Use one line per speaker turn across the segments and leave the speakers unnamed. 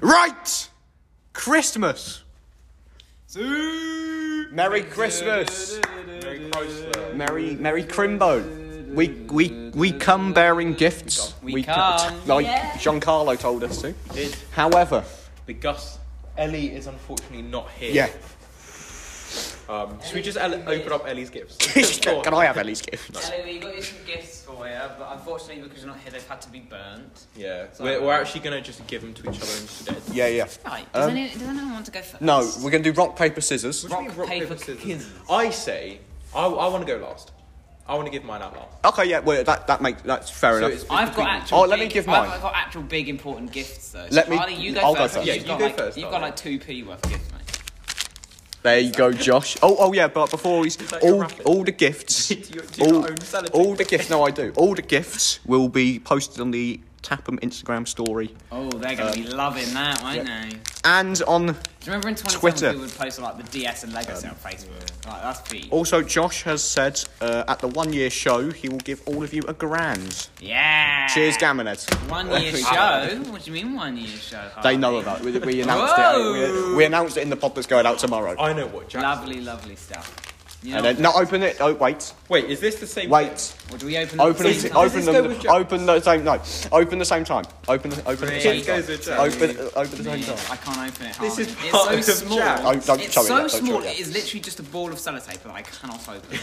Right! Christmas! Merry Christmas! Merry Merry Crimbo! We we we come bearing gifts.
We
ca-
come.
like
Yeah.
Giancarlo told us to.
did.
However,
Because Ellie is unfortunately not here.
yeah.
Um, should we just ele- open up Ellie's gifts?
Can I have Ellie's gift?
Ellie, we got you some gifts for you, but unfortunately, because you're not here, they've had to be burnt.
Yeah. We're, we're actually going to just give them to each other instead.
Yeah, yeah.
Right, does,
Um,
anyone, does anyone want to go first?
No, we're gonna do rock paper scissors.
What do you mean
Rock, paper, pins.
I say, I, I want to go last. I want to give mine out last.
Okay, yeah. Well, that that makes that's fair
So
enough.
it's-
I've got actual.
Oh, let me
big-
give mine.
I've got actual big important gifts though. So
Let me-
Harley, you go
I'll go
first.
first.
because
Yeah,
you've
you
got,
go
like,
first,
You've got
Harley.
like two p worth of gifts, mate.
There you go, Josh. Oh, oh yeah. But before he's
that your
all
wrapping?
all the gifts,
Do you- do you
all,
not own sellotape?
all the gifts. No, I do. All the gifts will be posted on the Tapham Instagram story
Oh, they're gonna
Um,
be loving that, won't they? Do you
and on.
remember in 2010
Twitter.
we would post like the DS and Lego set on Facebook? Like that's beat.
Also, Josh has said uh, at the one year show he will give all of you a grand.
Yeah.
Cheers, Gamonheads.
One year show. What do you mean one year show?
They
Harley?
know about it. We, we announced it. We, we announced it in the pod that's going out tomorrow.
I know what, Jack.
Lovely, lovely stuff. You
And
know
then, no, open it. Oh, wait,
Wait, is this the same?
wait.
what? Or do we open? at
Open them.
the same time?
Open
Does this go
them.
with Jack?
Open the same. No. Open the same time. Open. the- Open the same
It goes
time.
with Jack.
Open. uh, Open the same
Yeah,
time.
I can't open it.
This
Harley.
is part
it's so
of
small.
Jack.
Oh, don't
it's
show it
so
yet, don't show
small.
it yet.
It is literally just a ball of sellotape that I cannot open.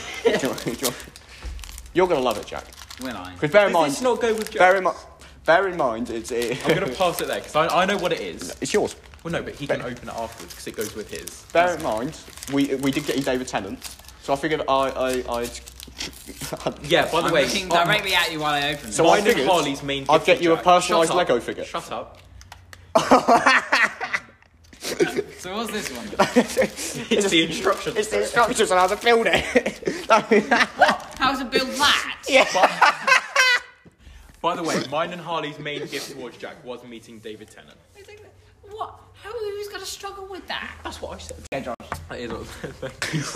You're gonna love it, Jack.
Will I?
Because bear in
Does
mind.
this not go with Jack?
Bear in mind. Bear in mind, it's it,
I'm going to pass it there because I, I know what it is.
it's yours.
Well, no, but he can open it afterwards because it goes with his.
Bear in mind, we we did get you David Tennant, so I figured I I I'd.
Yeah, by the
I'm
way,
looking
um,
directly at you while I open it.
So I
mine and
figured
Harley's main
I'd
gift
get
to
you a
Jack-
personalised
Shut up.
Lego figure.
Shut up.
so what's this one?
It's the instructions.
It's the instructions on how to build it. No.
How to build that?
By the way, mine and Harley's main gift towards Jack was meeting David Tennant.
I think that- What? How who's gonna struggle with that?
That's what I said.
Yeah, Josh.
That is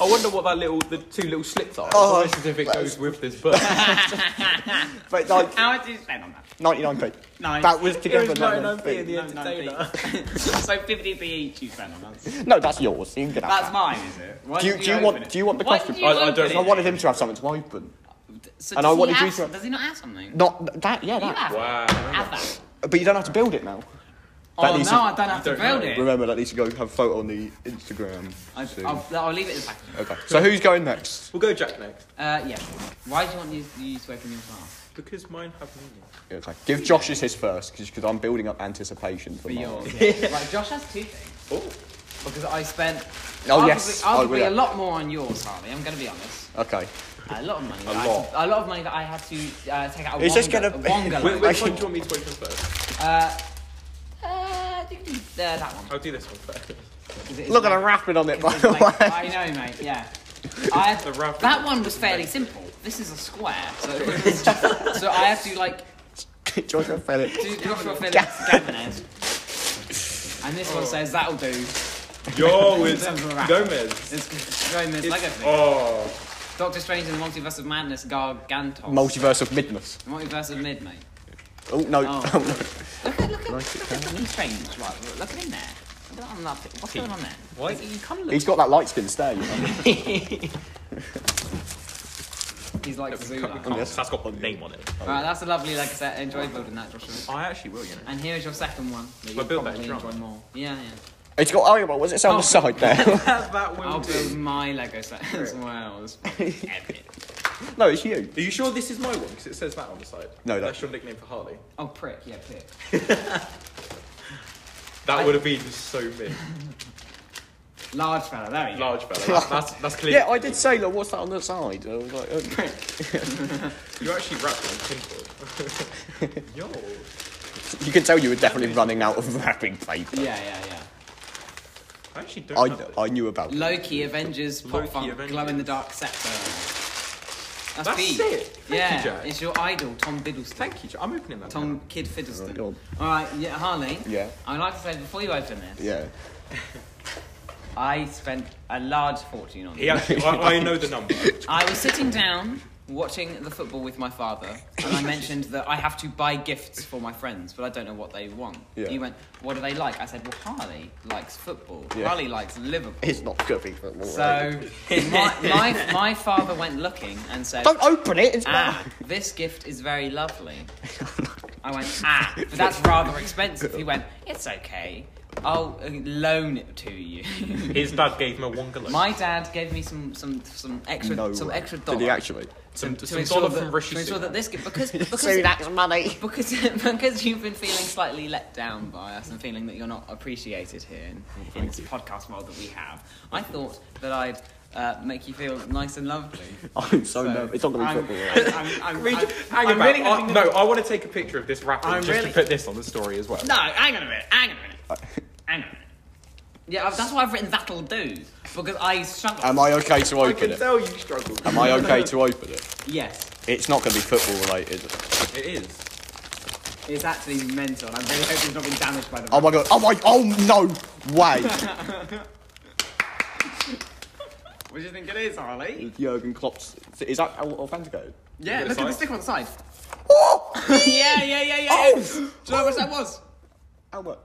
I wonder what that little, the two little slips are.
Oh,
Oh, if it goes with this book.
but like
How much did you spend on that?
99p.
Nice.
That was together.
It was
that
99p in the end.
No, no, so 50p each you spent on that.
No, that's yours. You can get
That's
that.
mine, is it? Why
Do you,
did
do you
open
want
it?
do you want the
Why
question?
did you
I- I
open
don't-
it?
I wanted him to have something to open.
So
and
does
I
he
wanted you
have-
to-
Does he not have something?
Not that. Yeah,
You
that.
have.
Wow.
Have that.
But you don't have to build it now. That
oh no,
needs to-
I don't have to
don't
build
know.
it.
Remember, that needs to go have a photo on the Instagram.
I,
soon.
I'll, I'll leave it in the package.
Okay. So who's going next?
We'll go Jack next.
Uh, yeah. Why do you want you, you to open your file?
Because mine have meaning.
Okay. Give Josh's his first because I'm building up anticipation for,
For
mine.
yours. Yeah. like Josh has two things. Because I spent.
Oh,
arguably,
yes. Oh,
Arguably
yeah.
a lot more on yours, Harley. I'm going to be honest.
Okay.
A lot of money.
A
that I-
lot.
a lot of money that I had to uh, take out. A
Is this
Wonga-
gonna
a
be-
Wonga
Which,
loan.
which one do you want me to open first?
Uh, uh, you can do, uh, that one.
I'll do this one first.
'Cause it's
Look at
like-
a wrapping on it, by
It's
the
like-
way.
I know, mate. Yeah. I,
The rough-
that one was fairly simple. This is a square, so it was just- so I have to like
Josh and Felix.
do Joshua Phillips Gavanes. And this
Oh.
one says that'll do.
Yo, it's
Sounds alright.
Gomez.
It's Gomez Lego thing.
Oh.
Doctor Strange and the Multiverse of Madness Gargantos.
Multiverse of Midness.
The Multiverse of Mid, mate.
Oh no.
Oh. Look at look at look at Doctor Strange. Right, look at him there. Look at him up. What's going on there?
What?
He's- He kind of
He's
looks.
got that light skin stare, you know.
He's like Zula.
Oh, That's got my name on it.
Right, that's a lovely Lego set. Enjoy building that, Joshua.
Oh.
I actually will, you know.
And here's your second one. That you'll
build that
probably
drunk.
enjoy more. Yeah, yeah.
It's got. Oh, well, was it on
Oh.
the side there?
that will
I'll
do.
build my Lego set as well. It's epic.
no, it's you.
Are you sure this is my one? Because it says that on the side.
No, that-
that's your nickname for Harley.
Oh, prick. Yeah, prick.
That would have been just so mid.
Large fella, there you go.
Large fella. That's, that's, that's clear.
Yeah, I did say, like, what's that on the side? I was like, oh.
You actually wrapped it in tinfoil. Yo.
you can tell you were definitely running out of wrapping paper.
Yeah, yeah, yeah.
I actually don't
I,
have this.
I knew about it.
Loki, Avengers, Pop
Loki,
Funk,
Avengers.
Glow in the Dark Sector. That's,
That's
Pete.
it. Thank you,
yeah,
Jack.
it's your idol, Tom Biddleston.
Thank you. Jo- I'm opening that.
Tom Kid Fiddleston.
go on.
All right, yeah, Harley.
Oh, Yeah.
I'd like to say before you open this,
Yeah.
I spent a large fortune on
He
it.
actually, I, I know the number.
I was sitting down watching the football with my father, and I mentioned that I have to buy gifts for my friends, but I don't know what they want.
Yeah.
He went, "What do they like?" I said, "Well, Harley likes football.
Yeah.
Harley likes Liverpool."
It's not goofy football. right?
So my, my my father went looking and said,
don't open it. It's
"Ah, this gift is very lovely." I went, "Ah, but that's rather expensive." He went, "It's okay. I'll uh, loan it to you."
His dad gave him a wonka
my dad gave me some some some extra
no
some
way.
extra dollar
Did he actually?
Some,
to
some
ensure
dollar
that-
from Rishi
to ensure
Sunak.
that this gift because because
that's money.
because because you've been feeling slightly let down by us and feeling that you're not appreciated here in, in this podcast world that we have, I thought that I'd uh, make you feel nice and lovely.
I'm so,
So,
nervous. It's not gonna be
I'm-
football.
I'm-
Right?
I'm- I'm-
Read-
I'm-
hang
I'm
about.
really
I-
hoping that-
no, I want to take a picture of this wrapping
I'm
just
really-
to put this on the story as well.
No, hang on a minute. Hang on a minute. Hang on a minute. Yeah, I've- that's why I've written that'll do because I struggle.
Am I okay to
I
open
can
it?
tell you struggle.
Am I okay to open it?
yes,
It's not gonna be football related.
It is.
it's actually mental. and I'm really hoping it's not been damaged by the.
Oh my god. Oh my. Oh no way.
What do you think it is, Harley?
Jurgen Klopp's. Is that Al- Authentico?
Yeah,
it
look
a
at the
sight?
stick on the side.
Oh!
yeah, yeah, yeah, yeah. yeah.
Oh!
Do you know how much that was?
Albert.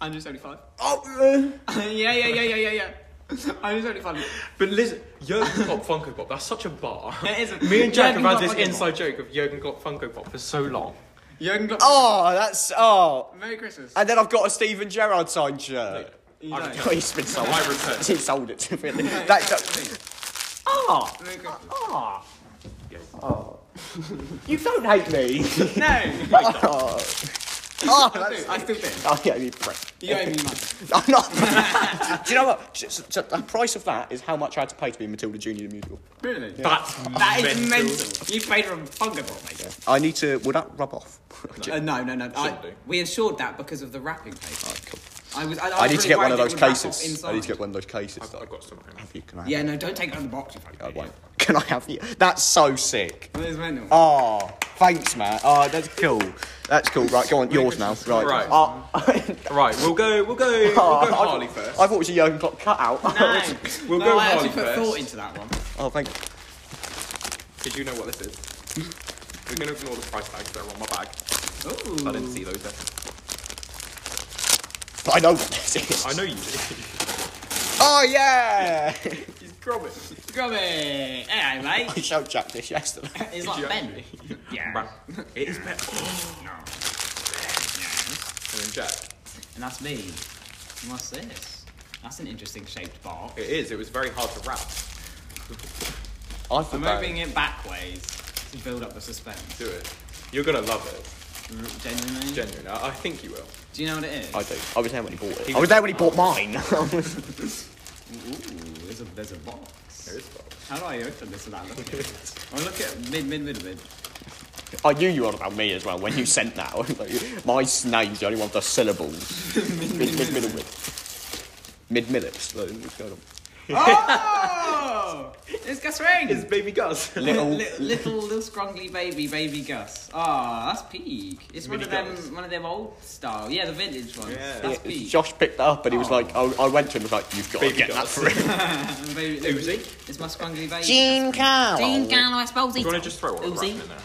175.
Oh. uh,
yeah, yeah, yeah, yeah, yeah, yeah. 175.
But listen, Jurgen Klopp Funko Pop, that's such a bar.
It isn't.
Me and Jack
Jurgen
have
Klopp
had this
Funko Pop.
inside joke of Jurgen Klopp Funko Pop for so long.
Jurgen Klopp.
Oh, that's oh.
Merry Christmas.
And then I've got a Steven Gerrard signed shirt.
You
I
don't.
return-
He's been sold.
I return.
He sold it to me. That, that, ah,
Merry Christmas.
ah.
Yes.
You don't hate me.
No!
oh. oh,
I
that's.
do, I still do.
Oh, yeah, you prick.
You owe me money.
I'm not. Do you know what? Just, just, the price of that is how much I had to pay to be in Matilda Junior the musical.
Really?
That's
That is
mental.
mental. You paid her a fungo ball, mate.
I need to. Will that rub off?
Uh, no, no, no. I,
Shouldn't do.
we insured that because of the wrapping paper. I was. I, I
I need
was really
to get one of
worried
those
it would wrap off
cases. I
inside.
need to get one of those cases.
I've,
that-
I've got some at home.
Have you? Can I? Have
Yeah, no, don't take it out of the box. You fucking
I
idiot.
won't. Can I have you? That's so sick.
That is mental.
Oh, thanks, Matt. Oh, that's cool. That's cool. Right, go on. Yours now. Right.
Right.
Oh,
Right, we'll go. We'll go. We'll
I
go
thought-
Harley first.
I thought it was a Jurgen Klopp cutout.
No,
We'll
no,
go
I actually
Harley
put
first.
thought into that one.
oh, thank.
Did you know what this is? We're gonna ignore the price tags that are on my bag.
Ooh.
I didn't see those. There.
I know what this is.
I know you did.
Oh yeah.
He's grubbing.
Grubby! Hey, mate.
I showed Jack this yesterday.
It's like Ben. Yeah.
Right. It is better.
No. Yes.
And then Jack.
And that's me. And what's this? That's an interesting shaped bar.
It is. It was very hard to wrap.
I
I'm
thought that-
moving it back ways to build up the suspense.
Do it. You're gonna love it.
Genuinely.
Genuinely, I I think you will.
Do you know what it is?
I do. I was there when he bought it. I was there when he bought mine. I
Ooh, there's a there's a box.
There is bulk.
How do I open this without looking at it? I look at mid mid mid mid.
knew you were on about me as well when you sent that. I was like, My name's the only one with the syllables. mid mid mid middle mid. Mid minutes. What's going on?
Oh! it's Gus Ring.
It's baby Gus.
Little.
little, little little scrungly baby baby Gus. Ah, that's peak. It's one
Mini
of them
Gus.
one of them old style. Yeah, the vintage ones.
Yeah.
That's
Yeah,
peak.
Josh picked that up and he was like, I, I went to him and was like, you've got to
Baby
get that
Gus.
for him.
And baby,
Uzi?
It's my scrungly baby.
Gene Carl.
Dean Galloway Spolsey.
Do you want to just throw it
Uzi?
wrapping in there?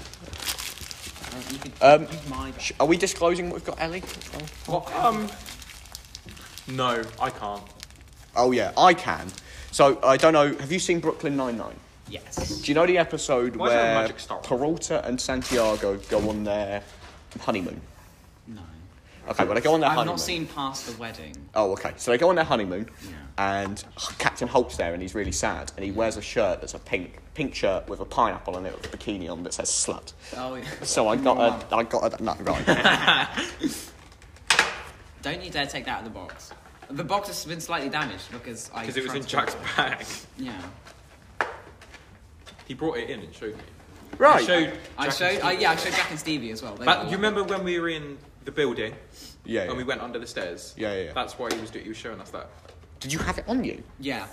Uh, you could-
Um,
use my back.
Sh- Are we disclosing what we've got, Ellie? as well?
Um. No, I can't.
Oh yeah, I can. So I don't know. Have you seen Brooklyn Nine Nine?
Yes.
Do you know the episode
Why is there a
where
magic star?
Peralta and Santiago go on their honeymoon?
No.
Okay, well they go on their
I've
honeymoon.
not seen past the wedding.
Oh, okay. So they go on their honeymoon,
Yeah.
and Captain Hulk's there, and he's really sad, and he wears a shirt that's a pink pink shirt with a pineapple on it with a bikini on that says "slut."
Oh, yeah.
So I got a, I got a, no right.
Don't you dare take that out of the box. The box has been slightly damaged because I.
Because it was in
transferred-
Jack's bag.
Yeah.
He brought it in and showed me. I
right.
showed.
I
Jack
showed.
and
I,
Steve.
yeah, I showed Jack and Stevie as well. They
That-
were-
you remember when we were in the building
yeah. yeah.
and we went under the stairs?
Yeah, yeah, yeah.
That's why he was doing. He was showing us that.
Did you have it on you?
Yeah.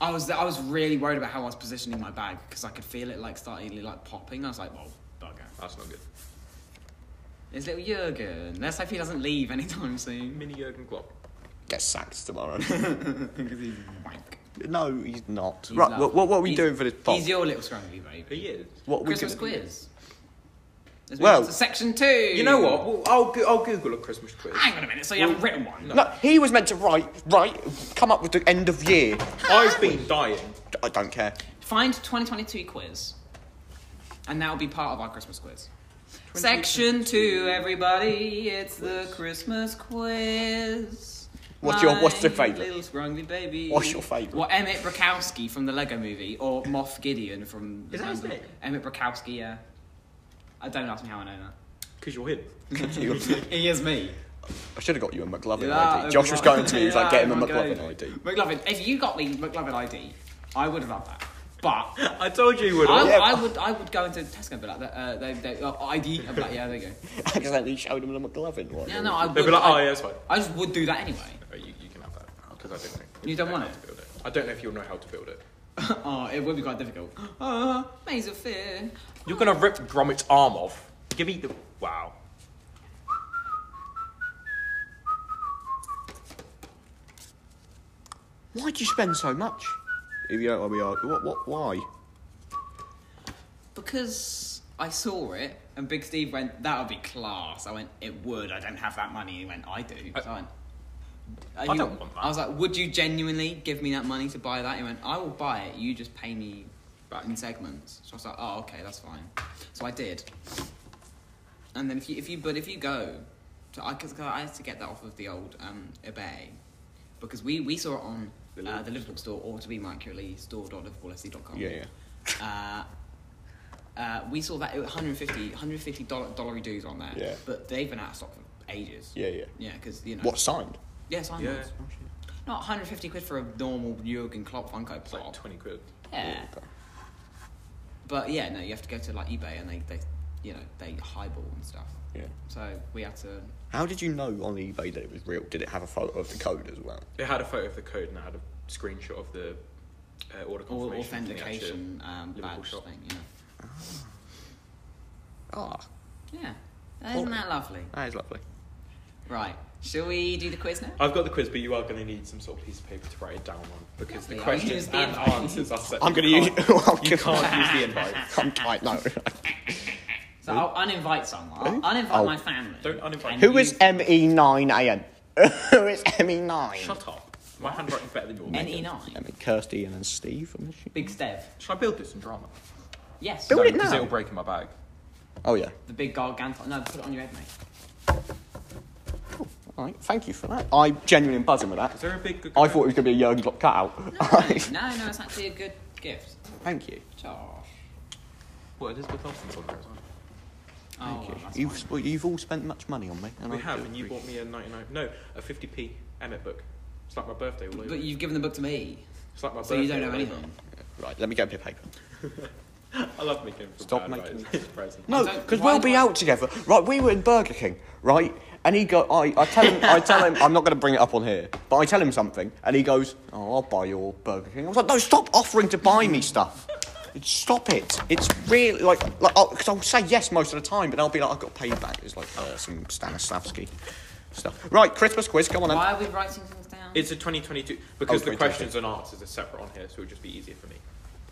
I was. I was really worried about how I was positioning my bag because I could feel it like starting like popping. I was like, well, bugger.
That's not good.
It's little Jurgen. Let's hope he doesn't leave anytime soon.
Mini Jurgen Klopp.
Get sacked tomorrow.
Wank.
No, he's not.
He's
right,
lovely.
what, what, what are we
He's-
doing for this pod?
He's your little scrumbly baby.
He is.
what are we
Christmas
gonna-
quiz. As we
Well-
well, to section two.
You know what? Well, I'll, go- I'll Google a Christmas quiz.
Hang on a minute. So you haven't written one?
No, he was meant to write, write, come up with the end of year.
I've been dying.
I don't care.
Find 2022 quiz, and that will be part of our Christmas quiz. Section two, everybody. It's the Christmas quiz.
What's your- what's your
My
favourite?
Little scrumbly baby.
What's your favourite?
Well, Emmett Brakowski from the Lego Movie, or Moff Gideon from.
Is that his name?
Emmett Brakowski. Yeah. I don't ask me how I know that.
Because you're him.
You-
He is me.
I should have got you a McLovin
Yeah,
ID. Josh was going to me, he was like,
yeah,
get him a
McGovern.
McLovin ID.
McLovin, if you got me McLovin ID, I would have loved that. But
I told you you would.
I,
Yeah.
I would I would go into Tesco and be like, uh, they, they, uh, ID, I'd be like, yeah, there you go.
Accidentally showed him a McLovin one.
Yeah, no, I would.
They'd be like, oh,
I,
yeah, that's fine.
I just would do that anyway.
Oh, you, you can have that. Because I don't know.
You don't
know
want
how
it?
to build it. I don't know if you'll know how to build it.
oh, it would be quite difficult. Oh, maze of fear.
You're going to rip Grommet's arm off. Give me the. Wow.
Why do you spend so much? If you don't know where we are, what, what, why?
Because I saw it, and Big Steve went, that would be class. I went, it would. I don't have that money. He went, I do.
I-
so I went, "Are
Uh, I
you-
don't want that."
I was like, would you genuinely give me that money to buy that? He went, I will buy it. You just pay me
Back.
in segments. So I was like, oh, okay, that's fine. So I did. And then if you, if you, but if you go, to, I, cause I had to get that off of the old um, eBay because we, we saw it on
The
uh,
Liverpool
the Liverpool store or to be more accurately store.liverpoolfc.com.
Yeah, yeah.
E Uh, uh, we saw that it was 150 150 dollar dollary dues on there.
Yeah.
But they've been out of stock for ages.
Yeah, yeah.
Yeah, because you know.
What signed?
Yeah, sign
Yeah.
ones. Not 150 quid for a normal Jurgen Klopp Funko
It's like
pop.
20 quid.
yeah.
Okay.
But yeah, no, you have to go to like eBay and they, they you know, they highball and stuff.
Yeah.
So we had to.
How did you know on eBay that it was real? Did it have a photo of the code as well?
It had a photo of the code and it had a screenshot of the uh, order
All
confirmation. from the actual
authentication um,
Liverpool
badge
shop.
thing, you
Ah,
know. Yeah. Isn't that lovely?
that is lovely.
Right. Shall we do the quiz now?
I've got the quiz, but you are going to need some sort of piece of paper to write it down on because
Lovely,
the
I'll
questions
use the
and
invite.
answers are set.
I'm
You
gonna use.
can't- You can't use the invite.
I'm tight. No.
So I'll uninvite someone. I'll uninvite
Oh.
my family.
Don't uninvite
And
me.
Who is E ME9AN? Who is E ME9?
Shut up. My handwriting's better than yours.
I
NE9.
mean, Kirsty and then Steve. I'm assuming.
E Big Stev.
Should I build this in drama?
Yes.
Build it
because
now.
it'll break in my bag.
Oh yeah.
The big gargantuan. No, put it on your head, mate.
All right. Thank you for that. I genuinely am buzzing with that.
Is there a big?
I thought it was gonna be a Jurgen Klopp cutout.
No, no, it's actually a good gift.
Thank you.
Josh.
Well, Elizabeth Olsen's on there as well.
Oh, well, that's
You've
fine.
sp- you've all spent much money on me. And
We
I
have,
do
and you bought me a 99, no, a 50p Emmet book. It's like my birthday all over.
But you've given the book to me,
it's like my
so
birthday
you don't know
all over.
anything.
appreciate it. Right. Let me get a bit of paper.
I love making him feel
Stop
bad
making
about his present.
No,
don't-
because
why
we'll
do
be
I-
out together. Right, we were in Burger King, right? And he go, I, I tell him, I tell him, I'm not going to bring it up on here, but I tell him something, and he goes, "Oh, I'll buy your Burger King." I was like, "No, stop offering to buy me stuff. Stop it. It's really like, like, because I'll say yes most of the time, but I'll be like, I've got to pay you back. It's like uh, some Stanislavski stuff. Right, Christmas quiz. Come on, then.
Why are we writing things down?
It's a 2022 because
Oh,
the
2022.
questions and answers are separate on here, so it'll just be easier for me.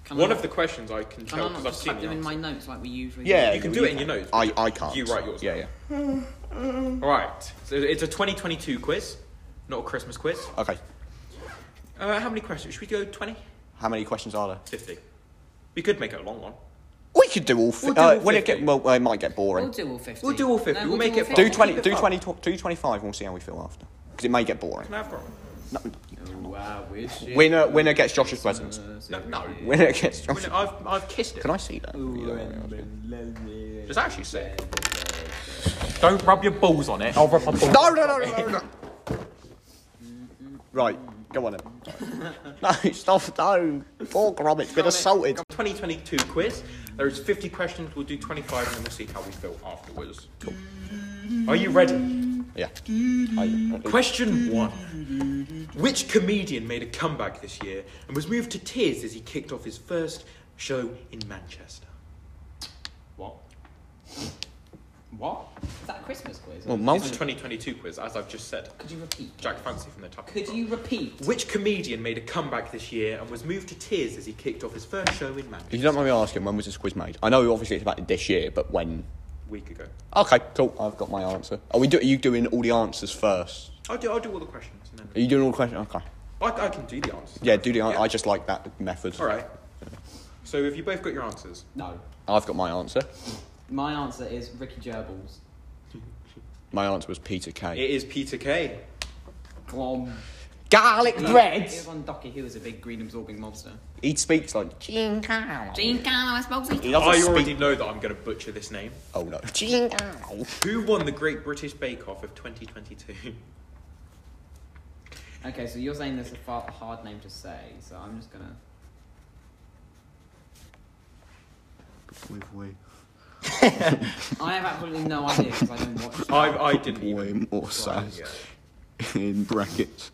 Can
One
I-
of the questions I
Can I
can tell
not
because I've
just
seen
type
the
them in
answer.
my notes like we usually
yeah,
you can do it in your notes,
I,
but
I can't.
you write yours
Yeah,
now.
yeah.
All right, so it's a 2022 quiz, not a Christmas quiz.
Okay.
Uh, how many questions? Should we go 20,
How many questions are there?
50? We could make it a long one.
We could do all. Fi-
We'll do
uh,
all
when it get
50.
well, it might get
do?
boring.
We'll do all 50.
We'll do all 50,
No,
we'll make
do all
it
50.
Do
Keep
20, do,
fun.
20, tw- do 25 and we'll see how we feel after. Because it may get boring.
Can I have one?
No.
Oh, I wish it
Winner, winner
was
gets Josh's presents.
Christmas
No, no.
again.
Winner gets
I mean,
Josh's.
I've, I've kissed it.
Can I see that? You
Ooh,
don't want me
It's actually sick. Don't rub your balls on it. I'll rub my balls.
to- No, no, no, no, no. right, go on then. no, stop, no. Poor Grommet's been assaulted.
2022 quiz. There is 50 questions. We'll do 25 and then we'll see how we feel afterwards. Are you ready?
Yeah. I,
Question one. Which comedian made a comeback this year and was moved to tears as he kicked off his first show in Manchester?
What?
What?
Is that a Christmas quiz? or
Well,
is it-
It's a
multi-
2022 quiz, as I've just said.
Could you repeat?
Jack Fancy from the top.
Could you repeat?
Which comedian made a comeback this year and was moved to tears as he kicked off his first show in Manchester?
If you don't mind me asking, when was this quiz made? I know obviously it's about this year, but when?
Week ago.
Okay, cool. I've got my answer. Are we? Do- are you doing all the answers first?
I'll do. I'll do all the questions and
Are
then.
you doing all the questions? Okay.
I, I can do the answers.
Yeah, do the. an-
Yeah.
I just like that method.
All right. So have you both got your answers?
No.
I've got my answer.
My answer is Ricky Gerbils.
My answer was Peter Kay.
It is Peter Kay.
Glom.
Garlic bread.
He was on Docky Who was a big green absorbing monster.
He speaks like. He
Gene Carlo, I suppose. we-
doesn't
I
speak-
already know that I'm going to butcher this name.
Oh no.
Who won the Great British Bake Off of 2022?
Okay, so you're saying there's a far, hard name to say, so I'm just gonna. I have absolutely no idea because I don't watch. it.
I I didn't even.
Boy, more
try
sass.
yet.
In brackets.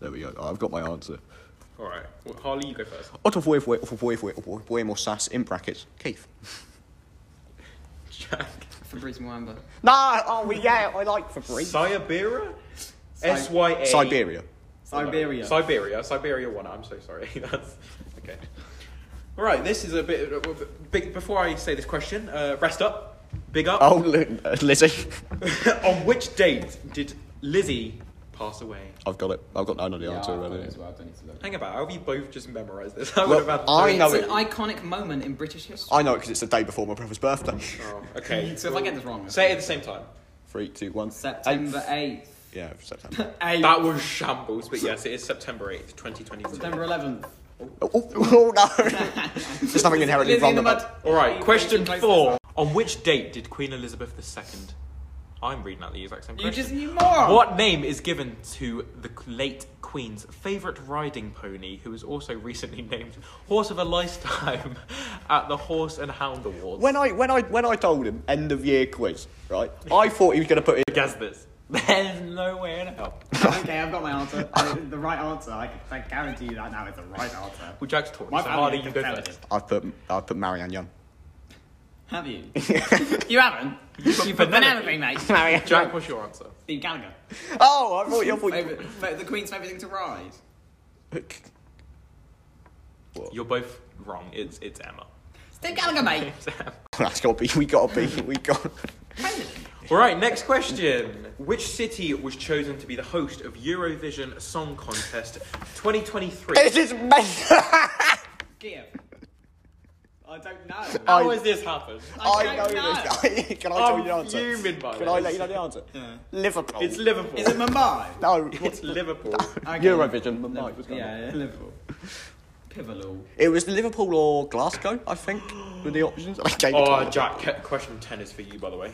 There we go. I've got my answer.
All right. Well, Harley, you go first.
Otto boy, boy, boy, boy, boy, boy, more sass in brackets. Keith.
Jack.
Fabrice Mwamba.
No. Oh yeah, I like Fabrice.
Siberia.
Si-
S Y A.
Siberia.
Siberia.
Siberia. Siberia one. I'm so sorry. That's okay. All right. This is a bit. a Big. Before I say this question, uh, rest up. Big up.
Oh, look, Lizzie.
On which date did Lizzie pass away?
I've got it. I've got. I know the
Yeah,
answer
I've got
already.
it as well. I don't need to look.
Hang about. How have you both just memorised this? I
Well,
would have had.
I
it's
know
an
it.
iconic moment in British history.
I know it because it's the day before my brother's birthday.
Oh, okay.
so if I get this wrong,
Say it at the same time.
Three, two, one.
September eighth.
Eighth. Yeah, September.
Eighth.
That was shambles, but yes, it is September eighth, twenty twenty two.
September eleventh.
oh, oh, oh, no! There's nothing inherently wrong about.
All right. Question four. On which date did Queen Elizabeth II? I'm reading out the exact same
You
question.
just need more.
What name is given to the late Queen's favourite riding pony, who was also recently named Horse of a Lifetime at the Horse and Hound Awards?
When I when I when I told him end of year quiz, right? I thought he was going to put in.
Guess this. There's no way in hell.
okay, I've got my answer. I, the right answer. I, can- I guarantee you that now is the right answer.
Well, Jack's talking,
My
so
family
Harley,
are
you go
conservative.
first.
I put I put Marianne Young.
Have you? you haven't. You put banana
Penelope.
thing, mate.
Jack, what's your answer?
Steve Gallagher.
Oh, I thought you. I thought you
Favourite- fa- the Queen's favourite thing to ride.
You're both wrong. It's it's Emma.
Steve Gallagher, mate.
It's Emma.
That's got to be. We got to be. We got.
All right, next question. Which city was chosen to be the host of Eurovision Song Contest 2023?
This is mental.
Give. I don't know.
I-
How has this happened?
I
don't
know this. Can I tell you the
I'm
answer?
fuming by
Can I
this.
let you know the answer?
Yeah.
Liverpool.
It's Liverpool.
Is it Mumbai?
no.
It's Liverpool.
Okay.
Eurovision. Mumbai was going on.
Yeah, yeah, Liverpool. Pivotal.
It was Liverpool or Glasgow, I think, were the options. I gave it to
Oh,
him.
Jack, que- question 10 is for you, by the way.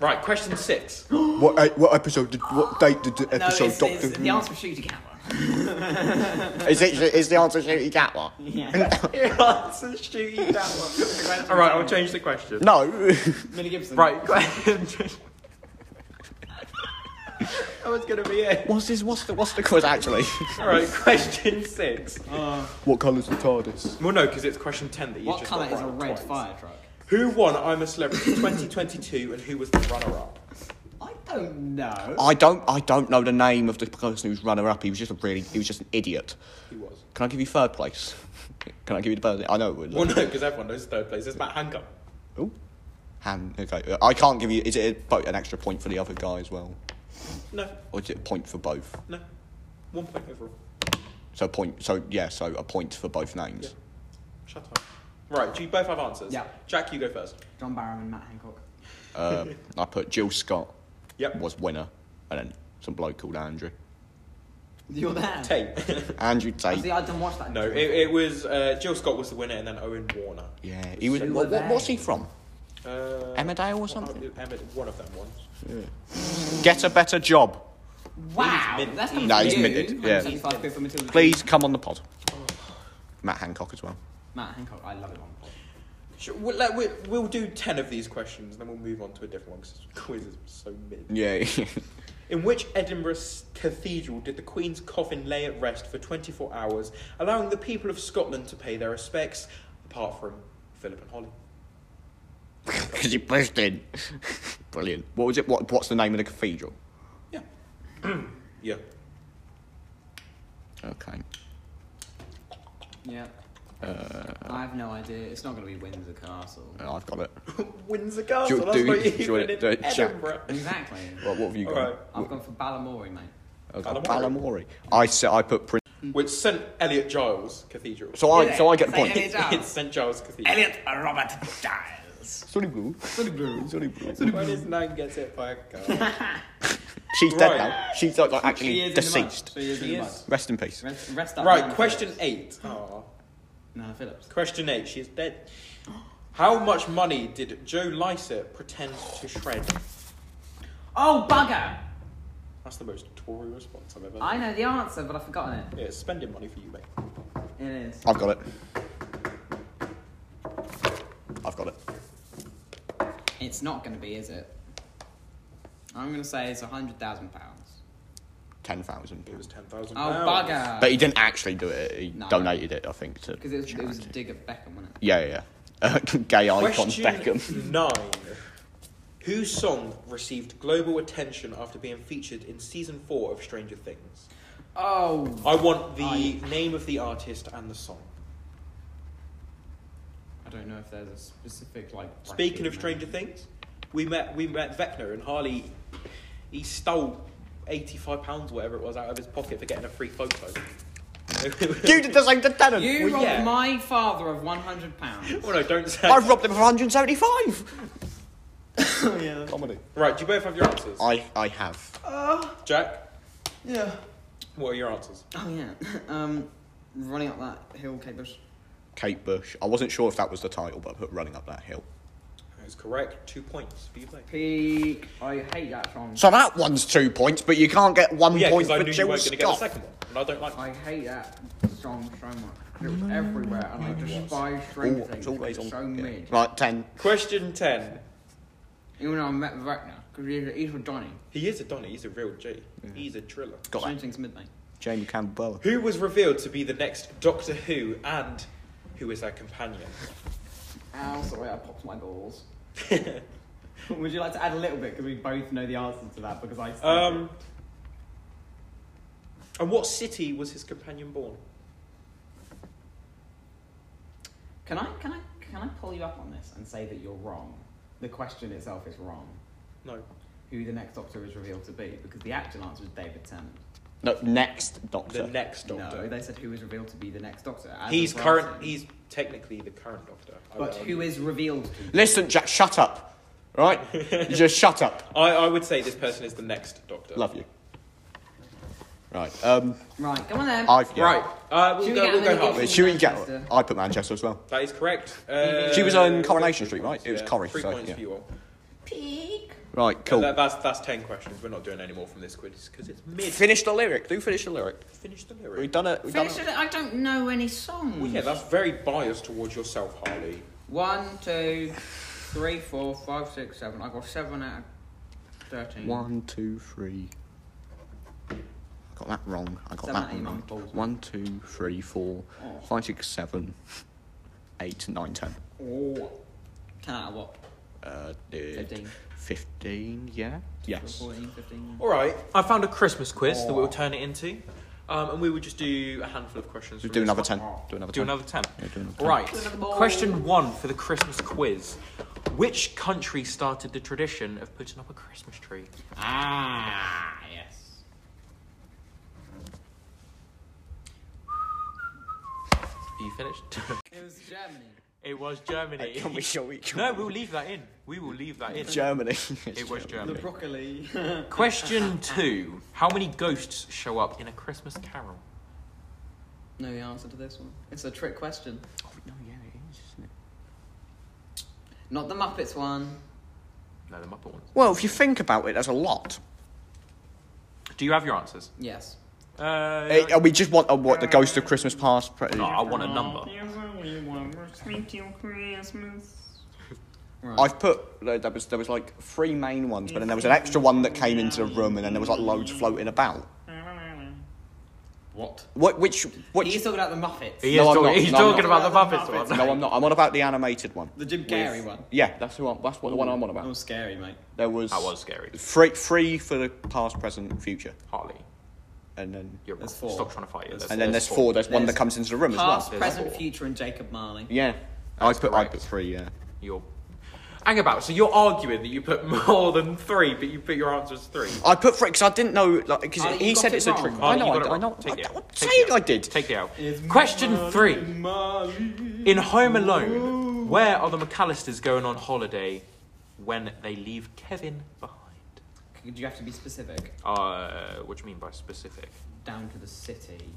Right, question 6.
What, uh, what episode? Did, what date did the
No, it's,
episode
it's,
Doctor
the answer was Shooty Gallagher.
Who? Is, it, is the answer Shooty Gatwa?
Yeah.
Answer shooting that one. All right, I'll change the question.
No.
Millie Gibson.
Right, question. that was going to Oh, be it.
what's this? What's the what's the quiz actually?
All right, question 6.
Uh,
what colour's the TARDIS?
Well, no, because it's question 10 that you
what
just
colour
got
is a
right
red
twice.
fire truck?
Who won I'm a Celebrity 2022 and who was the runner up?
I don't know.
I don't I don't know the name of the person who's runner up. He was just a really he was just an idiot.
He was.
Can I give you third place? Can I give you the third? I know it would.
Well, no, because everyone knows third place is Matt Hancock.
Ooh. Hand. Okay. uh, I can't give you. Is it a, bo- an extra point for the other guy as well,
No,
or is it a point for both?
no. One point overall.
So point. So yeah. So a point for both names.
Yeah. Shut up. Right, do you both have answers?
Yeah.
Jack, you go first.
John Barham and Matt Hancock.
Uh, I put Jill Scott
Yep.
was winner, and then some bloke called Andrew.
You're there.
Tape.
Andrew
See,
Tate.
I didn't watch that.
no, it, it was uh, Jill Scott was the winner, and then Owen Warner.
Yeah, he was.
Who
What,
were
what, what's
they?
he from?
Uh,
Emmerdale or something?
Emmett, one of them ones.
Get a better job.
Wow.
He's minted.
That's not
No,
for
he's
you.
minted, yeah.
175 quid for Matilda.
Please come on the pod. Matt Hancock as well.
Matt Hancock, I love it on the pod.
Sure, we'll, let- we'll, we'll do ten of these questions, then we'll move on to a different one because this quiz is so mid.
Yeah.
In which Edinburgh cathedral did the Queen's coffin lay at rest for 24 hours, allowing the people of Scotland to pay their respects, apart from Philip and Holly?
Because he pushed in. Brilliant. What was it? What, what's the name of the cathedral?
Yeah. yeah.
Okay.
Yeah. I have no idea. It's not going to be Windsor Castle.
Uh, I've got it.
Windsor Castle.
Do-
That's
do-
not
do you
even
wanna
in
do it, Jack?
Edinburgh.
Exactly.
Well, what have you got?
Alright.
I've gone for Balamori, mate.
I've got
Balamori.
Balamori. I said I put Prince.
Which St Elliot Giles Cathedral.
So I
Yeah,
so I get the
say
point.
Elliot Giles.
it's St Giles Cathedral.
Elliot Robert Giles.
Sorry, blue. Sorry, blue. Sorry, blue.
When his name gets hit by a car.
She's dead
Right.
now. She's like, like, actually
She is in the
deceased.
mud. She is in
She
the mud.
is.
Rest in peace.
Rest, rest up
right,
man,
question
Phillips.
eight. Aw.
No, Phillips.
Question eight. She is dead. How much money did Joe Lycett pretend to shred?
Oh, bugger!
That's the most Tory response I've ever.
I know the answer, but I've forgotten it.
Yeah, it's spending money for you, mate.
It is.
I've got it. I've got it.
It's not going to be, is it? I'm going to say it's £100,000.
Ten thousand.
It was ten thousand.
Oh, bugger!
But he didn't actually do it. He
No.
donated it, I think, to.
Because it was, it was a
charity.
dig at Beckham, wasn't it?
Yeah, yeah. yeah. Gay icon
Question
Beckham.
nine. Whose song received global attention after being featured in season four of Stranger Things?
Oh,
I want the
I-
name of the artist and the song.
I don't know if there's a specific like.
Speaking
bracket,
of
mate.
Stranger Things, we met we met Vecna and Harley. He stole eighty five pounds, whatever it was, out of his pocket for getting a free photo.
Dude, it does like the tenant.
you
Well,
robbed
yeah.
my father of one hundred pounds.
well, no, don't say.
I've robbed him for 175.
yeah.
Comedy.
Right, do you both have your answers?
I, I have.
Jack,
Yeah.
what are your answers?
Oh yeah. Um, running up that hill, Kate Bush.
Kate Bush. I wasn't sure if that was the title, but I put Running Up That Hill.
That is correct. Two points for you, both.
P. I hate that song.
So that one's two points, but you can't get one
Yeah,
point
because I
for
knew you
Jill
weren't going to get a
Scott.
second one, and I don't like.
I hate that song so much. 'cause It was everywhere, and I despise Stranger
Ooh,
Things.
it's always
'cause
on.
it's so
yeah.
mid.
Right, ten.
Question ten.
Even though I met Vecna, because he's, he's with Donny.
He is a Donny. He's a real G. He's a driller.
Got
Stranger
that.
Things mid, mate.
Jamie Campbell.
Who was revealed to be the next Doctor Who, and who is their companion?
Ow, sorry, I popped my balls. Would you like to add a little bit? Because we both know the answer to that. Because I.
Um. And what city was his companion born?
Can I can I can I pull you up on this and say that you're wrong? The question itself is wrong.
No.
Who the next Doctor is revealed to be? Because the actual answer is David Tennant.
No, next Doctor.
The next
No,
Doctor.
they said who is revealed to be the next Doctor. as
he's
of
current.
writing.
He's technically the current Doctor. I
But
would
who
argue.
is revealed? to be-
Listen, Jack, shut up. Right? You Just shut up.
I, I would say this person is the next Doctor.
Love you. Right. Um,
Right, come on then.
I've yeah.
Right. Uh,
Should
we'll
we
go.
get
We'll
another
go half.
guess?
Wait, should we get?
Manchester.
I put Manchester as well.
That is correct. Uh,
She was on
we've got
Coronation
three
Street, right?
points,
It was
yeah.
Corrie,
Three
so,
points
yeah.
for you Uh, all.
Right. Cool.
That, that's that's ten questions. We're not doing any more from this quiz because it's mid.
Finish the lyric. Do finish the lyric.
Finish the
We've
lyric.
done it. We've done
Finish
it.
it. I don't know any songs.
Well, yeah, that's very biased towards yourself, Harley.
One, two, three, four, five, six, seven. I got seven out of thirteen.
One, two, three. I got that wrong. I got
Seven,
that
eight,
one
nine,
wrong.
balls.
One, two, three, four,
Oh.
five, six, seven, eight, nine, ten.
Oh. Ten out of what?
Uh, did-
Fifteen.
Fifteen. Yeah. Yes.
Fourteen, fifteen.
All right. Oh. I found a Christmas quiz that we'll turn it into, um, and we will just do a handful of questions.
Do
from this
another
one.
ten. Do another
Do
ten.
another 10.
Yeah, do another ten.
Right.
another ball.
Question one for the Christmas quiz. Which country started the tradition of putting up a Christmas tree?
Ah, yes.
Are you finished?
It was Germany.
it was Germany.
Can we? Shall we? can
no,
we-
we'll leave that in. We will leave that in.
Germany.
It was
The
Germany.
broccoli.
Question two. How many ghosts show up in a Christmas carol?
no the answer to this one. It's a trick question.
Oh, no, yeah, it is, isn't it?
Not the Muppets one.
No, the Muppet ones.
Well, if you think about it, there's a lot.
Do you have your answers?
Yes.
Uh,
Eh, uh, we just want uh, what the Ghost of Christmas Past. Pre-
no, Oh, I want a number.
Right.
I've put like, there was there was like three main ones, but then there was an extra one that came into the room, and then there was like loads floating about.
What?
What? Which? Which?
He's talking about the Muppets.
He
No,
is
I'm
talking,
not.
he's
No, I'm
talking
not.
about the Muppets,
Muppets.
one.
No, I'm not. I'm on about the animated one.
The Jim Carrey one.
Yeah, that's who. I'm, that's what the one I'm on
That
about.
was scary, mate.
There was.
That was scary.
Free, free for the past, present, future,
Harley,
and then
you're
There's four.
wrong. Stop trying to fight it.
and then there's four. There's, one that
There's
comes into the room as
Past,
well.
There's
present,
four.
future, and Jacob Marley.
Yeah, I put I
correct.
put three. Yeah.
You're. Hang about. So you're arguing that you put more than three, but you put your answer as three.
I put three because I didn't know, like, because
Oh, you
he
got
said
it
it's a
wrong.
trick.
Oh,
I know,
you
I,
got it
don't- I
wrong.
know.
Take the
I,
L.
I'm
Take the
saying
L.
I did.
Take the L. Question three. In Home Alone, where are the McAllisters going on holiday when they leave Kevin behind?
Do you have to be specific?
Uh, what do you mean by specific?
Down to the city.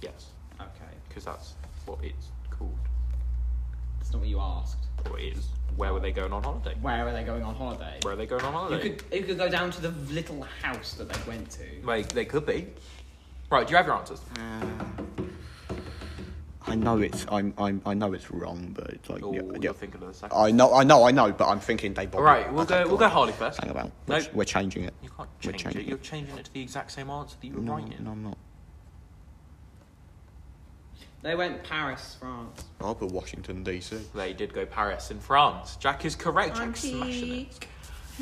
Yes,
Okay.
because that's what it's called.
That's not what you asked.
What it is. Where were they going on holiday?
Where are they going on holiday?
Where are they going on
You
holiday?
could, you could go down to the little house that they went to.
Like, they could be. Right, do you have your answers?
Uh, I know it's I'm, I'm I know it's wrong, but it's like
Or
yeah,
Oh, you're
yeah.
thinking of the second.
I know I know I know, but I'm thinking they. Bob.
Right, we'll go. We'll go Harley first.
Hang about.
No,
We're, we're changing it.
you can't
we're
change
changing
it.
it.
You're changing it to the exact same answer that you were
No,
writing.
no, I'm not.
They went Paris, France.
I'll put Washington D.C.
They did go Paris in France. Jack is correct. Jack's
Auntie.
smashing it.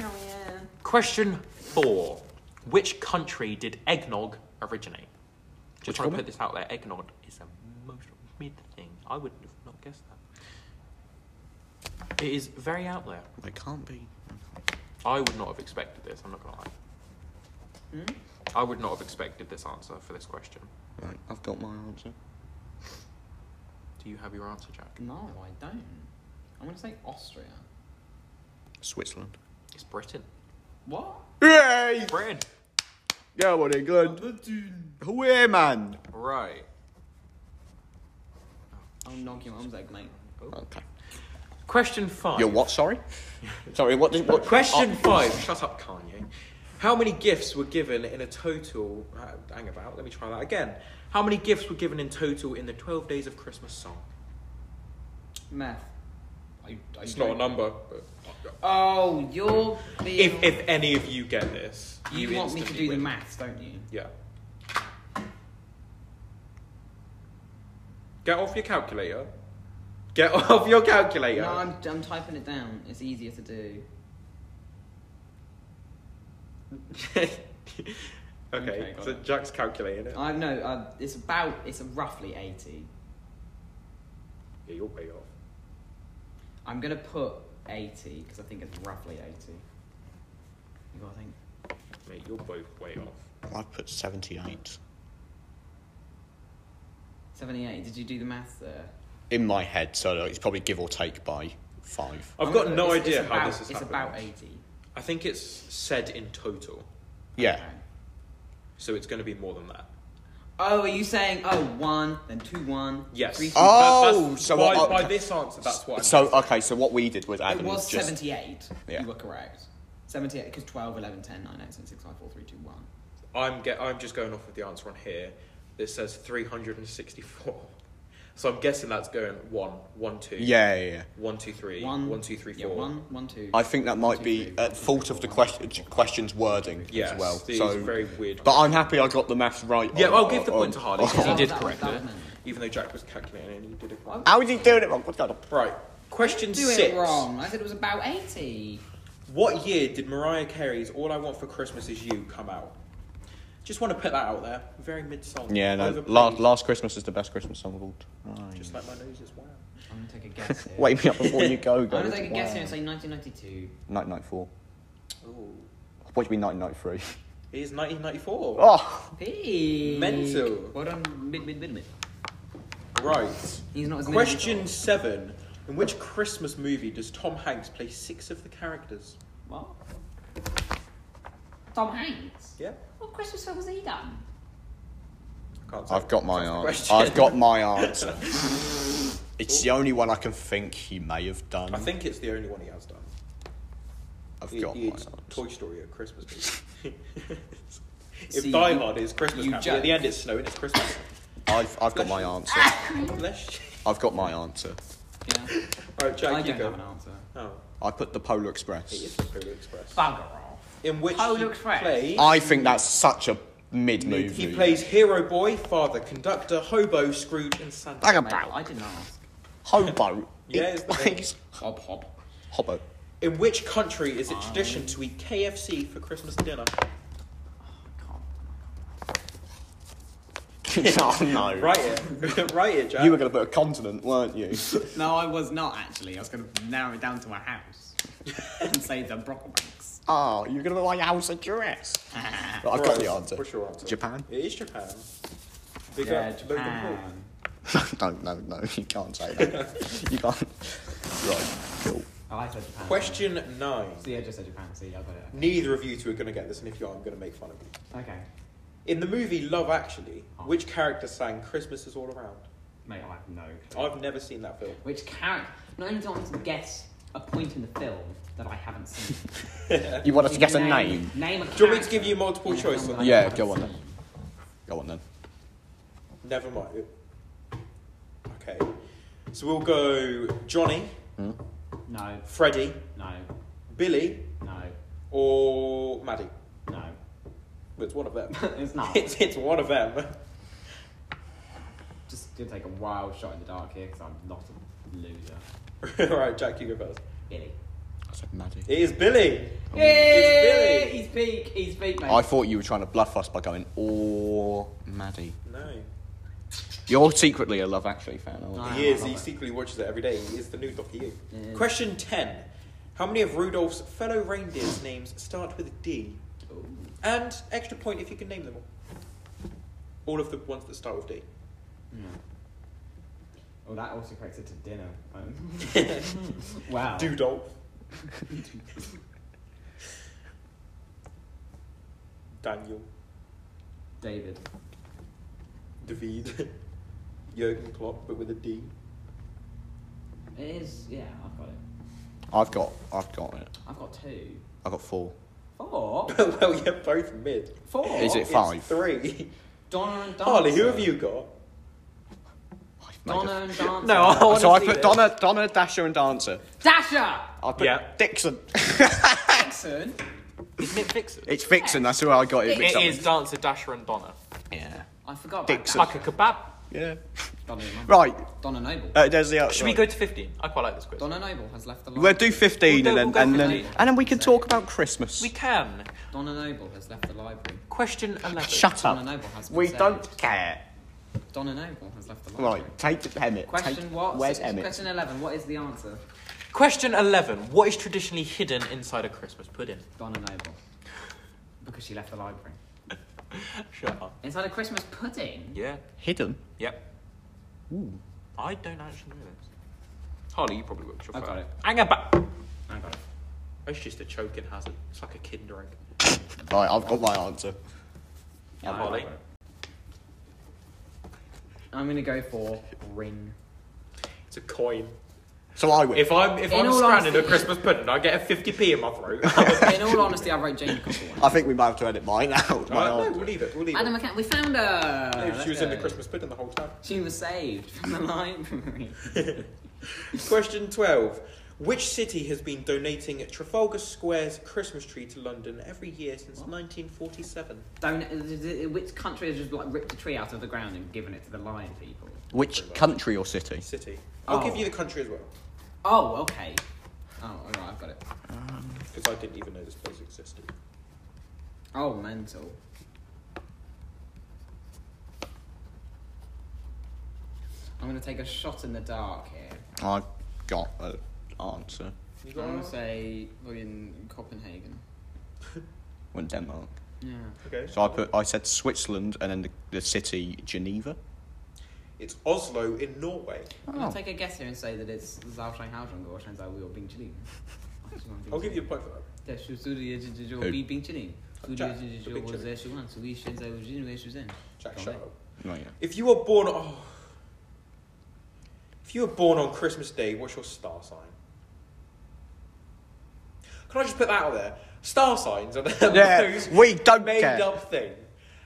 Hell yeah.
Question four: Which country did eggnog originate?
Which
Just want to
one?
put this out there. Eggnog is a most mid thing. I would have not guessed that. It is very out there.
They can't be.
I would not have expected this. I'm not gonna lie. I would not have expected this answer for this question.
Right, I've got my answer.
Do you have your answer, Jack?
No, I don't. I want to say Austria.
Switzerland.
It's Britain.
What?
Yay!
Britain.
Yeah, what England. Away, man.
Right.
I'll knock your mum's egg, mate.
Okay.
Question five.
You're what? Sorry. sorry. What? Did, what?
Question five. Shut up, Kanye. How many gifts were given in a total? Uh, hang about. Let me try that again. How many gifts were given in total in the Twelve Days of Christmas song?
Meth. I, I
It's
don't-
not a number. But
Oh, you're being.
if if any of you get this,
you,
you,
want me to
instantly
do the
win.
maths, don't you?
Yeah. Get off your calculator. Get off your calculator.
No, I'm, I'm typing it down. It's easier to do.
okay,
Okay, got
so
it.
Jack's calculating it.
I know. Uh, it's about. It's roughly eighty.
Yeah, you're way off.
I'm gonna put eighty because I think it's roughly eighty. You gotta think.
Mate, you're both way off.
I put seventy-eight.
Seventy-eight. Did you do the maths there?
In my head, so it's probably give or take by five.
I've
I'm
got
gonna-
no
it's-
idea
it's
how
about-
this is
It's
happening.
about eighty.
I think it's said in total,
Yeah.
Okay.
so it's going to be more than that.
Oh, are you saying oh one, then two one?
Yes.
Three,
Oh,
That- that's-
so
by,
what-
by
okay.
this answer, that's what. I'm
So okay, so what we did was
it
Adam
was
just
seventy-eight.
Yeah.
You were correct. Seventy-eight because 12, 11, 10, 9, 8, 7, 6, 5, 4, 3, 2, 1.
I'm get, I'm just going off with the answer on here that says 364. So I'm guessing that's going one, one, two,
Yeah, yeah, yeah.
one, two, three,
One,
one, two, three,
yeah,
four.
one, one, two.
I think that might be
Two, three,
at fault of the question, question's wording
Yes,
as well.
these
So,
very weird.
but I'm happy I got the maths right.
yeah,
on-
I'll give the
on-
point to Harley because he
on-
did
That was-
correct
that was
it,
meant.
even though Jack was calculating it and he did it wrong.
How was he doing it wrong? What's going on?
Right, question
Do
six.
it wrong. I said it was about eighty.
What year did Mariah Carey's All I Want for Christmas Is You come out? Just want to put that out there. Very mid song.
Yeah, no. Last, last Christmas is the best Christmas song of all time.
Just like my nose is wow.
I'm gonna take a guess here.
Wake me up before you go,
I'm
go.
gonna take a guess here and say 1992.
1994.
Ooh.
What do you mean 1993?
It is 1994.
Oh,
Peak.
Mental.
Well done, mid, mid, mid, mid.
Right.
He's not as mid as you
Question seven. In which Christmas movie does Tom Hanks play six of the characters?
thought. What? Tom Hanks.
Yeah.
What Christmas film has he done?
I can't say.
I've got my
That's the
answer.
question.
I've got my answer. It's the only one I can think he may have done.
I think it's the only one he has done.
I've
It-
got my
it's
answer.
Toy Story at Christmas movie. if
See,
Die
you-
Hard is Christmas
you
happy, at the
judge.
end it's snowing, it's Christmas.
I've, I've got my answer.
Bless you.
I've got my answer.
Yeah.
Alright, Jack,
I
you
don't
go.
have an answer.
Oh,
I put the Polar
it
Express.
is the Polar Express.
Bugger off.
In which
Polar
you
Express.
play
I think that's such a mid movie.
He plays hero boy, father, conductor, hobo, Scrooge, and Santa.
Bang
Mate,
about.
I didn't ask.
Hobo.
Yeah,
He
it's the thing.
plays
Hob hob.
Hobo.
In which country is it
Um,
tradition to eat KFC for Christmas dinner?
oh, no.
Write it. Write it, Jack.
You were going to put a continent, weren't you?
No, I was not actually. I was going to narrow it down to a house and say the Brocklebanks.
oh, you're going to like house address. Well, I've got
Right,
the answer.
What's your answer?
Japan?
It is Japan. Big
Yeah,
up to Logan Paul.
Japan.
no, no, no. You can't say that. you can't. Right. Cool.
Oh, I said Japan.
Question nine.
See, I just said Japan. See, I got it.
Neither of you two are going to get this, and if you are, I'm going to make fun of you.
Okay.
In the movie Love Actually, which character sang Christmas is All Around?
Mate, I have no clue.
I've never seen that film.
Which character? Not only do I want to guess a point in the film that I haven't seen.
You want us to guess a name?
Name a
Do you want me to
character
give you multiple
in a film
choice on
that I
that? Yeah,
haven't
go on
seen.
then. Go on then.
Never mind. Okay. So we'll go Johnny,
No,
Freddy,
no,
Billy,
no,
or Maddie.
no.
It's one of them.
it's not.
it's, it's one of them.
Just gonna take a wild shot in the dark here because I'm not a loser.
Alright, Jack, you go first.
Billy.
I said Maddie.
It is Billy.
Yay!
Billy.
He's peak. He's peak, mate.
I thought you were trying to bluff us by going, or Maddie.
No.
You're secretly a Love Actually fan, aren't you?
I
He is.
love
He
it.
secretly watches it every day. He is the new Doctor You.
Yeah.
Question 10. How many of Rudolph's fellow reindeer's names start with D?
Ooh.
And extra point if you can name them all. All of the ones that start with D.
Yeah. Oh, that also connects it to dinner. Um, wow.
Doodolph. Daniel.
David.
David. Jurgen Klopp, but with a D.
It is. Yeah, I've got it.
I've got, I've got it.
I've got two.
I've got four.
Four.
well, you're both mid.
Four.
Is it-
It's
Five.
three.
Donna and Dancer.
Harley, who have you got?
I've made a-
Donna and Dancer.
No, I wanna
so I
see
put
this.
Donna, Donna, Dasher, and Dancer.
Dasher.
I put
Yeah.
Dixon.
Jackson.
Isn't it Vixen?
It's Vixen. That's where I got it.
It
mixed
It
up.
is Dancer, Dasher, and Donna.
Yeah.
I forgot.
Dixon.
About
Like a kebab.
Yeah.
that. Donna, and-
Right.
Donna Noble.
Uh, there's the.
Should we go to 15? I quite like this quiz.
Donna Noble has left the line.
We'll do 15
We'll
and then
go- we'll
and
go
then
15.
and then we can talk about Christmas.
We can.
Donna Noble has left the library.
Question 11.
Shut
Donna
up.
Noble has. been
Uh, We
saved.
don't care.
Donna Noble has left the library.
Right. Take the Emmett.
Question
Take-
what?
Where's
Six-
Emmett?
Question eleven. What is the answer?
Question 11. What is traditionally hidden inside a Christmas pudding?
Donna Noble. Because she left the library.
Shut up.
Inside a Christmas pudding.
Yeah.
Hidden.
Yep.
Ooh.
I don't actually know this. Harley, you probably worked your
I got it.
Hang about.
I got it.
It's just a choking hazard. It's like a Kinder egg.
Right. I've got my answer.
Yeah, I
Molly.
got it. I'm gonna go for ring.
It's a coin.
So I win.
If I'm if
In
I'm
all
stranded at
honesty-
Christmas pudding, I get a 50p in my throat.
In all honesty, I wrote Jane Cooper one.
I think we might have to edit mine out. My
Uh, no,
answer.
we'll leave it. We'll leave
Adam
it.
McCann, we found her.
No,
Let's
she was in the
go.
Christmas pudding the whole time.
She was saved from the library.
Question 12. Which city has been donating Trafalgar Square's Christmas tree to London every year since 1947?
Don't. Which country has just like ripped a tree out of the ground and given it to the lion people?
Which country or city?
City. I'll
Oh.
give you the country as well,
Oh, okay. Oh, alright, I've got it.
because I didn't even know this place existed.
Oh, mental. I'm gonna take a shot in the dark here.
I've got an answer.
You
I'm
got
gonna
it?
say we're in Copenhagen.
Went Denmark.
Yeah.
Okay.
So I put I said Switzerland and then the, the city Geneva.
It's Oslo in Norway.
Oh.
I'm gonna take a guess here and say that it's Zhaoshanghao or Shenzhou Wei or Bing Chilin.
I'll give you a point for that.
Who?
Jack, the Bing Jack, shut up.
Not yet.
If you were born, oh, if you were born on Christmas Day, what's your star sign? Can I just put that out there? Star signs are the
Yeah,
most
we don't
made
care.
up thing.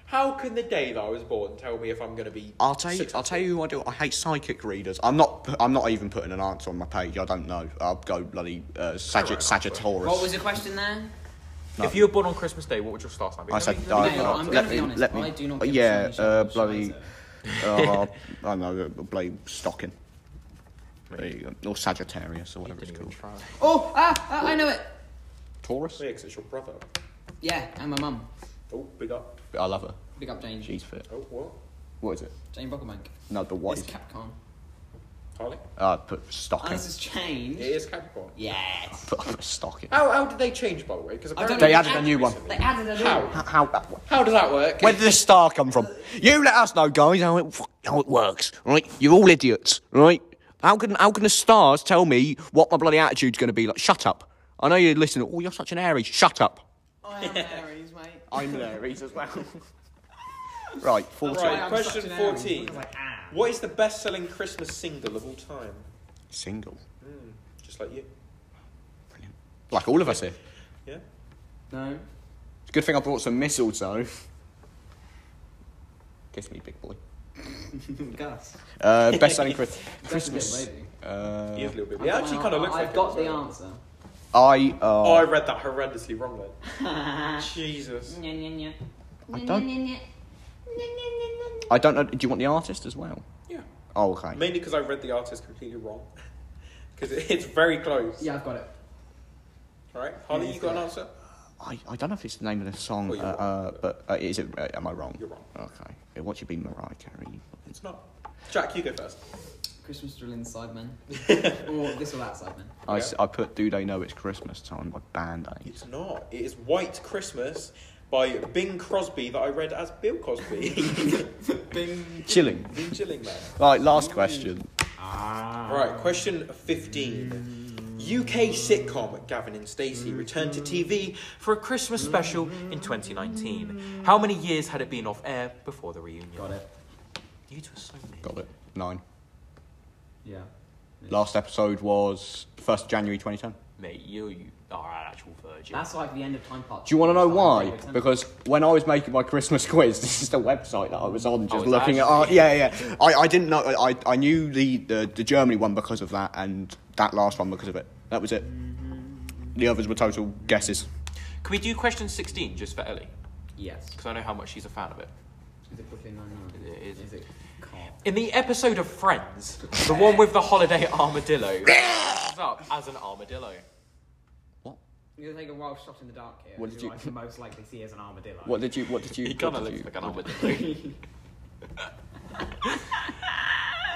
How can the day that I was born tell me if I'm going to be?
I'll tell you.
successful?
I'll tell you who I do. I hate psychic readers. I'm not. pu- I'm not even putting an answer on my page. I don't know. I'll go bloody uh, Sagit-
Correct answer.
Sagittarius.
What was the question there?
If you were born on Christmas Day, what would your star sign be?
I said,
No,
I,
I'm
uh,
gonna
let
be
me,
honest,
let me.
I do not give a
yeah,
shit,
uh,
shall I
bloody.
say
Uh, I don't know, blame stocking. There you go. Or Sagittarius or whatever it's
Didn't even
called.
try.
Oh, ah, ah, I know it.
Taurus?
Yeah, 'cause it's your brother.
Yeah, and my mum.
Oh, big up.
I love her.
Big up Jane.
She's fit.
Oh, what?
What is it?
Jane Brocklebank.
No, but what
It's
is it?
Capricorn.
Harley?
Uh, put
And
stocking.
Oh, this has
It
changed.
is Capricorn.
Yes.
Put, put stocking.
Oh.
How, how did they change, by the way? Because
I don't
apparently
know. They
added a new one.
They added a new Oh,
How?
How, how that work?
How does that work?
Where did this star come from? You let us know, guys, how it, how it works, right? You're all idiots, right? How can, how can the stars tell me what my bloody attitude's going to be like? Shut up. I know you're listening. Oh, you're such an Aries. Shut up.
I am Aries, mate.
I'm an Aries as well. right, 14.
Right,
I'm
question
such an Aries,
14.
because I am.
What is the best selling Christmas single of all time?
Single.
Just like you.
Brilliant. Like all of us here.
Yeah?
No.
It's a good thing I brought some mistletoe. Kiss me, big boy.
Gus.
Uh, best selling Christmas.
Christmas.
Christmas. Uh,
He is a little bit. He actually kind of looks
I've
like
got
him as
the
well.
answer.
I. Uh,
Oh, I read that horrendously wrong then. Jesus.
I don't. I don't know. Do you want the artist as well?
Yeah.
Oh, okay.
Mainly because I read the artist completely wrong. Because it's very close.
Yeah, I've got it.
Alright, Harley, you got an answer?
I, I don't know if it's the name of the song,
Well, Oh, you're
uh, uh, but uh, is it? Uh, am I wrong?
You're wrong.
Okay. It what you be Mariah Carey?
It's not. Jack, you go first.
Christmas drill inside men. or this or that side men.
I, s- I put "Do They Know It's Christmas Time" by Band Aid.
It's not. It is White Christmas by Bing Crosby that I read as Bill Cosby.
Bing.
Chilling.
Been chilling, man.
Right, last question.
Right, question 15. UK sitcom Gavin and Stacey returned to TV.
For a Christmas special in 2019, how many years had it been off air before the reunion?
Got it.
You two are so mean.
Got it. Nine.
Yeah.
Last episode was 1st January 2010.
Mate, you, you are an actual virgin.
That's like the end of time part.
Do you want to know
It's like
why?
a great
Because when I was making my Christmas quiz, this is the website that I was on, just
it's
looking at
actually-
art. Yeah, yeah. I, I didn't know. I, I knew the, the, the Germany one because of that, and that last one because of it. That was it. The others were total guesses.
Can we do question 16 just for Ellie?
example. Yes.
Because I know how much she's a fan of it.
Is it Brooklyn Nine-Nine?
It is.
Is it Carl?
In the episode of Friends, the one with the holiday armadillo, comes up as an armadillo.
You're gonna take a wild shot in the dark here.
What
who
did you-
I can most likely see as an armadillo?
What did you? What did you?
He kind
what
of
did
looks
you-
like an armadillo.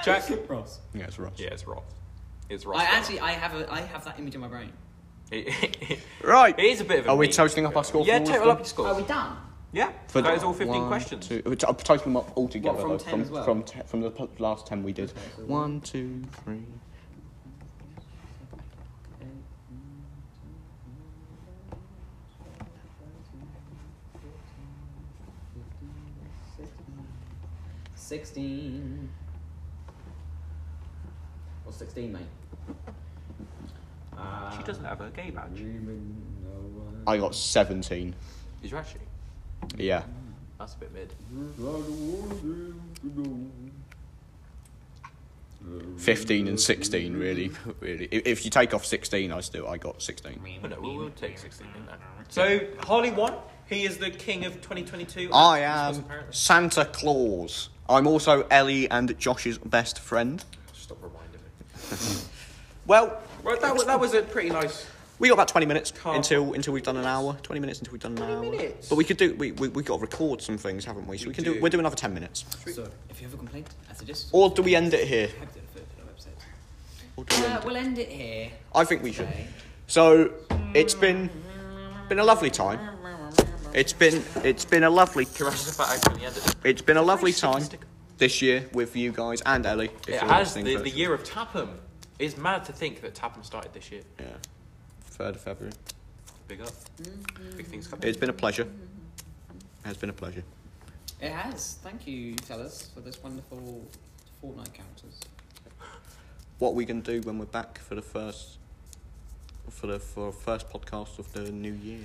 Jack,
Ross.
Yeah, it's right.
yeah, it's Ross. It's Ross.
I actually, I have a, I have that image in my brain.
it
Right.
is a bit of a
Are we
meme.
toasting up our score? for
Yeah,
all of
total
them?
up your
Are
score.
we done?
Yeah,
For
that
the-
is all 15
one,
questions.
Two, uh, I've totaled them up all together.
from
though,
10
from,
as well?
From, te- from the p- last 10 we did. One, two, three.
Sixteen. Or sixteen, mate. Uh,
She doesn't have a gay badge.
dreaming no
I got 17.
Did you actually?
Yeah.
That's a bit mid.
one.
15 and 16, really. really. If, if you take off 16, I still I got 16.
But no, we'll, we'll take 16 in there.
so Harley won. He is the king of 2022.
I
Christmas,
am
apparently.
Santa Claus. I'm also Ellie and Josh's best friend.
Stop reminding me.
Well,
Right, that was, that was a pretty nice.
we got about 20 minutes
Can't-
until until we've done an hour. 20 minutes until we've done an hour.
minutes?
But we could do we we we got to record some things, haven't we? So we, can do.
do.
we'll do another 10 minutes.
So, if you have a complaint, I suggest
Or do we end it here?
Type it for the website.
Or do we end
Uh, we'll end it here.
I think we should.
Okay.
So it's been been a lovely time. It's been it's been a lovely
Can you imagine if I actually ended it?
it's been a lovely time
Stick-
this year with you guys and Ellie. if
It
you're
has
listening
the, the
virtually.
year of Tapham. It's mad to think that Tapham started this year.
Yeah, third of February.
Big up. Big things coming.
It's been a pleasure. It has been a pleasure.
It has. Thank you, fellas, for this wonderful Fortnite counters.
What are we gonna do when we're back for the first for the for first podcast of the new year?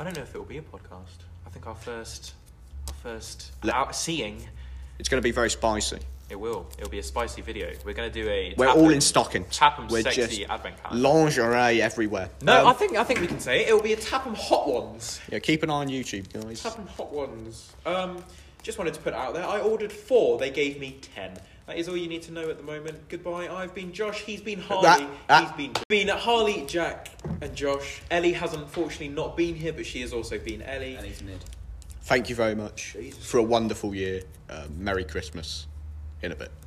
I don't know if it will be a podcast. I think our first, our first
Le-
out seeing.
It's gonna be very spicy.
It will. It'll be a spicy video. We're going to do a.
We're
tap
all
them-
in stockings.
Tapham's
We're
sexy
just
advent calendar.
lingerie everywhere.
No,
Um,
I think I think we can say it.
It'll be a Tapham Hot Ones.
yeah, keep an eye on YouTube, guys.
Tapham Hot Ones. Um, just wanted to put it out there. I ordered four. They gave me ten. That is all you need to know at the moment. Goodbye. I've been Josh. He's been Harley.
that-
He's been been Harley, Jack, and Josh. Ellie has unfortunately not been here, but she has also been Ellie.
Ellie's mid.
Thank you very much
Jesus.
for a wonderful year. Uh, Merry Christmas. In a bit.